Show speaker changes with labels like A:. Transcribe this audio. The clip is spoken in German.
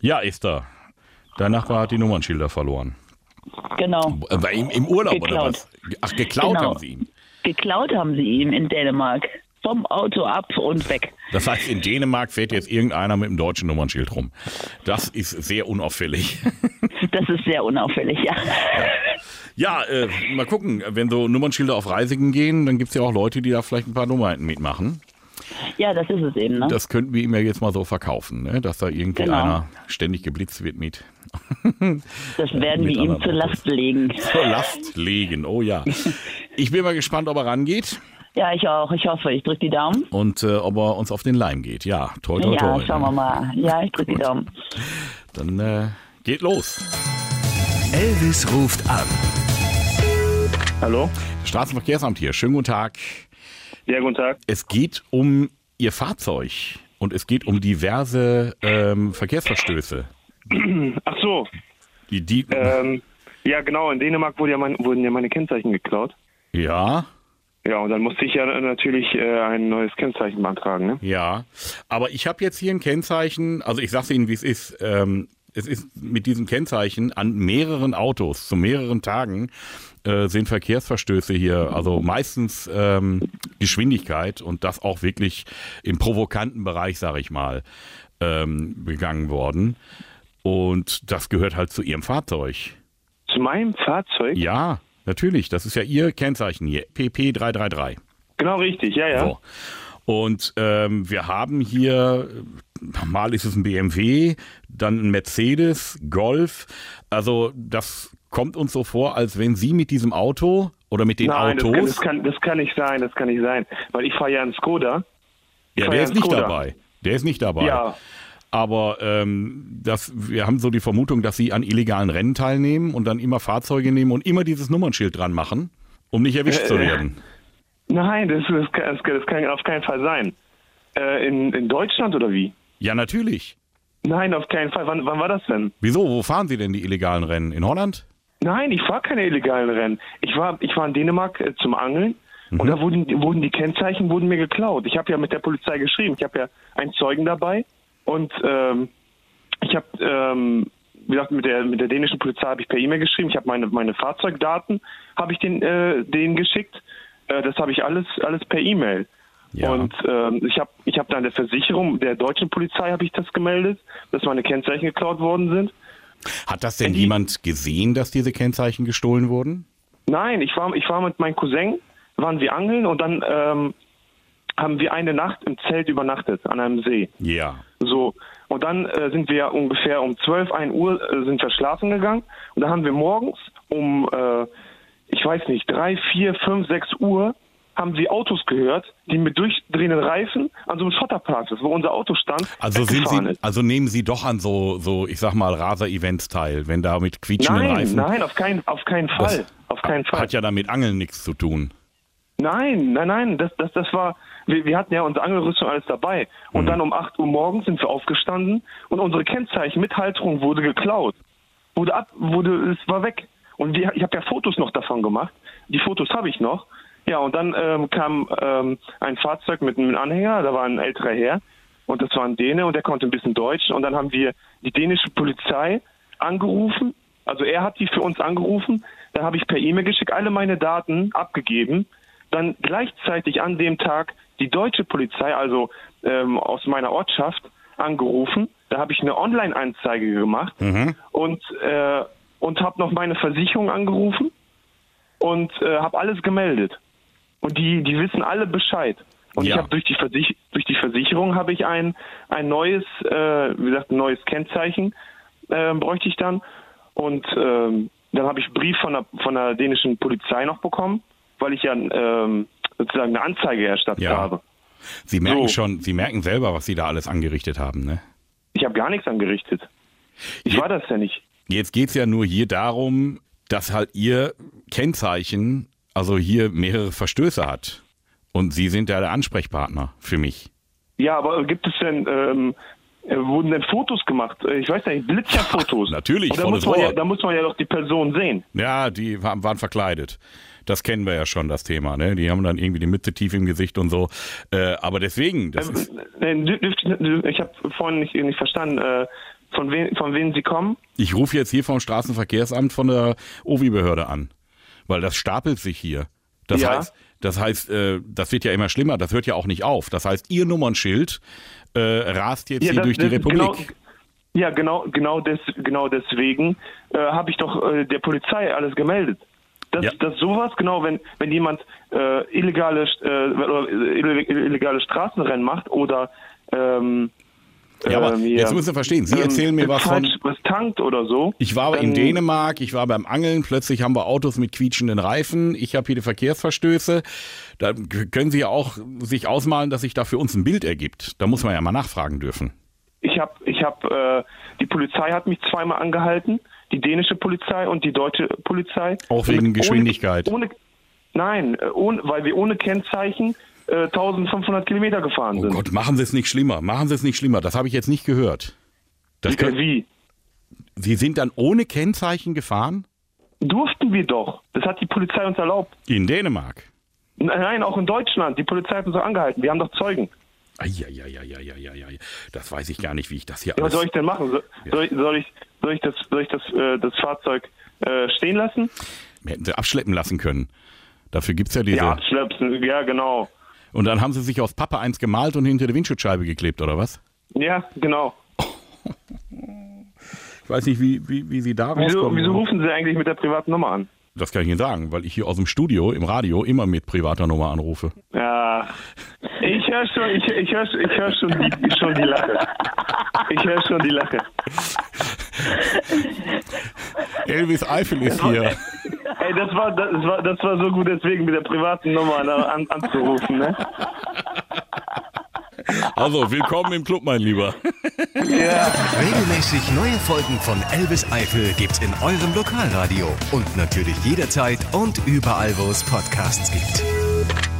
A: Ja, Esther. Dein Nachbar hat die Nummernschilder verloren.
B: Genau.
A: Bei ihm Äh, im Urlaub oder
B: Geklaut.
A: was? Ach, geklaut
B: Genau.
A: haben sie ihn.
B: Geklaut haben sie ihm in Dänemark. Vom Auto ab und weg.
A: Das heißt, in Dänemark fährt jetzt irgendeiner mit dem deutschen Nummernschild rum. Das ist sehr unauffällig.
B: Das ist sehr unauffällig, ja.
A: Ja, äh, mal gucken. Wenn so Nummernschilder auf Reisigen gehen, dann gibt es ja auch Leute, die da vielleicht ein paar Nummernheiten mitmachen.
B: Ja, das ist es eben, ne?
A: Das könnten wir ihm ja jetzt mal so verkaufen, ne? dass da irgendwie
B: Genau.
A: einer ständig geblitzt wird mit
B: Das werden
A: mit
B: wir ihm
A: anderen
B: zur Last legen.
A: zur Last legen. Oh ja. Ich bin mal gespannt, ob er rangeht
B: Ja, ich auch. Ich hoffe, ich drücke die Daumen.
A: und äh, ob er uns auf den Leim geht. Ja, ne? toll, toll,
B: Ja,
A: toll.
B: schauen wir mal. Ja, ich drücke die Daumen.
A: Dann äh, geht los.
C: Elvis ruft an.
D: Hallo?
A: Straßenverkehrsamt hier. Schönen guten Tag.
D: Ja, guten Tag.
A: Es geht um Ihr Fahrzeug und es geht um diverse ähm, Verkehrsverstöße.
D: Ach so,
A: Die, die,
D: ähm, ja genau, in Dänemark wurde ja mein, wurden ja meine Kennzeichen geklaut.
A: ja,
D: Ja, und dann musste ich ja natürlich äh, ein neues Kennzeichen beantragen, ne?
A: ja. Aber ich habe jetzt hier ein Kennzeichen, also ich sage Ihnen, wie es ist. Ähm, es ist mit diesem Kennzeichen an mehreren Autos, zu mehreren Tagen, äh, sind Verkehrsverstöße hier, also meistens ähm, Geschwindigkeit und das auch wirklich im provokanten Bereich, sage ich mal, ähm, begangen worden. Und das gehört halt zu Ihrem Fahrzeug.
D: Zu meinem Fahrzeug?
A: Ja, natürlich. Das ist ja Ihr Kennzeichen hier. PP333.
D: Genau richtig, ja, ja.
A: So. Und ähm, wir haben hier, mal ist es ein BMW, dann ein Mercedes, Golf. Also das kommt uns so vor, als wenn Sie mit diesem Auto oder mit den
D: Nein, das kann,
A: Autos,
D: das, kann, das kann nicht sein, das kann nicht sein. Weil ich fahre ja einen Skoda.
A: ja,
D: kann
A: der
D: ja
A: ist
D: ein
A: nicht
D: Skoda.
A: dabei. Der ist nicht dabei.
D: Ja,
A: Aber ähm, das, wir haben so die Vermutung, dass Sie an illegalen Rennen teilnehmen und dann immer Fahrzeuge nehmen und immer dieses Nummernschild dran machen, um nicht erwischt zu
D: Äh, äh.
A: werden.
D: nein, das, das, kann, das, kann, das kann auf keinen Fall sein. Äh, in, in Deutschland oder wie?
A: Ja, natürlich.
D: Nein, auf keinen Fall. Wann, wann war das denn?
A: Wieso? Wo fahren Sie denn die illegalen Rennen? In Holland?
D: Nein, ich fahre keine illegalen Rennen. Ich war, ich war in Dänemark äh, zum Angeln und da wurden, wurden die Kennzeichen wurden mir geklaut. Ich habe ja mit der Polizei geschrieben. Ich habe ja einen Zeugen dabei und ähm, ich habe, ähm, wie gesagt, mit der mit der dänischen Polizei habe ich per E-Mail geschrieben. Ich habe meine meine Fahrzeugdaten habe ich den äh, denen geschickt. Äh, das habe ich alles alles per E-Mail.
A: Ja.
D: Und ähm, ich habe ich hab dann der Versicherung, der deutschen Polizei habe ich das gemeldet, dass meine Kennzeichen geklaut worden sind.
A: Hat das denn jemand gesehen, dass diese Kennzeichen gestohlen wurden?
D: Nein, ich war, ich war mit meinem Cousin, waren wir angeln und dann ähm, haben wir eine Nacht im Zelt übernachtet an einem See.
A: Ja.
D: So. Und dann äh, sind wir ungefähr um 12, 1 Uhr äh, sind wir schlafen gegangen. Und dann haben wir morgens um, äh, ich weiß nicht, 3, 4, 5, 6 Uhr haben wir Autos gehört, die mit durchdrehenden Reifen an so einem Schotterplatz, wo unser Auto stand,
A: Also sind
D: weggefahren
A: Sie,
D: ist.
A: also nehmen Sie doch an so, so ich sag mal, Raser-Events teil, wenn da mit quietschenden
D: Nein,
A: Reifen.
D: nein, auf keinen, auf keinen
A: Das
D: Fall. Auf keinen Fall.
A: Hat ja dann mit Angeln nichts zu tun.
D: Nein, nein, nein, das, das, das war, wir, wir hatten ja unsere Angelrüstung alles dabei. Und dann um 8 Uhr morgens sind wir aufgestanden und unsere Kennzeichen mit Halterung wurde geklaut. Wurde ab, wurde, es war weg. Und wir, ich habe ja Fotos noch davon gemacht. Die Fotos habe ich noch. Ja, und dann ähm, kam ähm, ein Fahrzeug mit einem Anhänger, da war ein älterer Herr und das war ein Däne und der konnte ein bisschen Deutsch. Und dann haben wir die dänische Polizei angerufen. Also er hat die für uns angerufen. Dann habe ich per E-Mail geschickt, alle meine Daten abgegeben. Dann gleichzeitig an dem Tag die deutsche Polizei, also ähm, aus meiner Ortschaft, angerufen. Da habe ich eine Online-Anzeige gemacht und, äh, und habe noch meine Versicherung angerufen und äh, habe alles gemeldet. Und die, die wissen alle Bescheid. Und
A: Ja.
D: ich habe durch die, Versich durch die Versicherung habe ich ein, ein neues, äh, wie gesagt, ein neues Kennzeichen äh, bräuchte ich dann. Und ähm, dann habe ich einen Brief von der, von der dänischen Polizei noch bekommen, weil ich ja ähm, sozusagen eine Anzeige erstattet
A: Ja.
D: habe.
A: Sie merken
D: So.
A: schon, Sie merken selber, was Sie da alles angerichtet haben, ne?
D: Ich habe gar nichts angerichtet. Ich war das ja nicht.
A: Jetzt geht's ja nur hier darum, dass halt Ihr Kennzeichen, also hier mehrere Verstöße hat. Und Sie sind ja der Ansprechpartner für mich.
D: Ja, aber gibt es denn, ähm, äh, wurden denn Fotos gemacht? Äh, Ich weiß nicht, Blitzerfotos.
A: Natürlich,
D: Und da
A: volles
D: muss, man ja,
A: Rohr.
D: da muss man ja doch die Person sehen.
A: Ja, die wa- waren verkleidet. Das kennen wir ja schon, das Thema. Ne? Die haben dann irgendwie die Mütze tief im Gesicht und so. Äh, aber deswegen, das ist,
D: Ähm, äh, dürft- dürft- Ich habe vorhin nicht, nicht verstanden. Äh, von, wem, von wem sie kommen?
A: Ich rufe jetzt hier vom Straßenverkehrsamt von der OVI-Behörde an, weil das stapelt sich hier. Das
D: Ja.
A: heißt, das heißt, äh, das wird ja immer schlimmer, das hört ja auch nicht auf. Das heißt, ihr Nummernschild äh, rast jetzt hier
D: das-
A: durch die
D: das-
A: Republik.
D: Genau, ja, genau, genau, des, genau deswegen äh, habe ich doch äh, der Polizei alles gemeldet. Dass,
A: Ja.
D: dass sowas, genau, wenn, wenn jemand äh, illegale, äh, oder ille- illegale Straßenrennen macht oder ähm,
A: ja, aber
D: ähm, hier,
A: jetzt müssen Sie verstehen, Sie
D: ähm,
A: erzählen mir was von,
D: falsch was tankt oder so.
A: Ich war aber in
D: dann-
A: Dänemark, ich war beim Angeln, plötzlich haben wir Autos mit quietschenden Reifen, ich habe hier die Verkehrsverstöße. Da k- können Sie ja auch sich ausmalen, dass sich da für uns ein Bild ergibt. Da muss man ja mal nachfragen dürfen.
D: Ich habe, ich habe, äh, die Polizei hat mich zweimal angehalten, die dänische Polizei und die deutsche Polizei.
A: Auch wegen
D: Mit-
A: Geschwindigkeit.
D: Ohne, ohne, nein, äh, ohne, weil wir ohne Kennzeichen äh, 1500 Kilometer gefahren
A: Oh
D: sind.
A: Gott, machen Sie es nicht schlimmer, machen Sie es nicht schlimmer. Das habe ich jetzt nicht gehört. Das
D: Wie-
A: können,
D: Wie?
A: Sie sind dann ohne Kennzeichen gefahren?
D: Durften wir doch. Das hat die Polizei uns erlaubt.
A: In Dänemark.
D: Nein, auch in Deutschland. Die Polizei hat uns doch angehalten. Wir haben doch Zeugen.
A: Eieieiei, das weiß ich gar nicht, wie ich das hier
D: Ja, was
A: alles...
D: soll ich denn machen? So, soll, ich- soll ich, soll ich das, soll ich das, äh, das Fahrzeug äh, stehen lassen?
A: Hätten Sie abschleppen lassen können. Dafür gibt es ja diese...
D: Ja, schleppen. Ja, genau.
A: Und dann haben Sie sich aus Pappe eins gemalt und hinter die Windschutzscheibe geklebt, oder was?
D: Ja, genau.
A: Ich weiß nicht, wie, wie, wie Sie da
D: Wieso,
A: rauskommen.
D: wieso rufen Sie eigentlich mit der privaten Nummer an?
A: Das kann ich Ihnen sagen, weil ich hier aus dem Studio im Radio immer mit privater Nummer anrufe.
D: Ja, ich höre schon, ich, ich hör, ich hör schon, die, schon die Lache. Ich höre schon die Lache.
A: Elvis Eifel ist hier.
D: Ey, das war, das war, das war so gut, deswegen mit der privaten Nummer an, an, anzurufen, ne?
A: Also, willkommen im Club, mein Lieber.
C: Regelmäßig neue Folgen von Elvis Eifel gibt's in eurem Lokalradio und natürlich jederzeit und überall, wo es Podcasts gibt.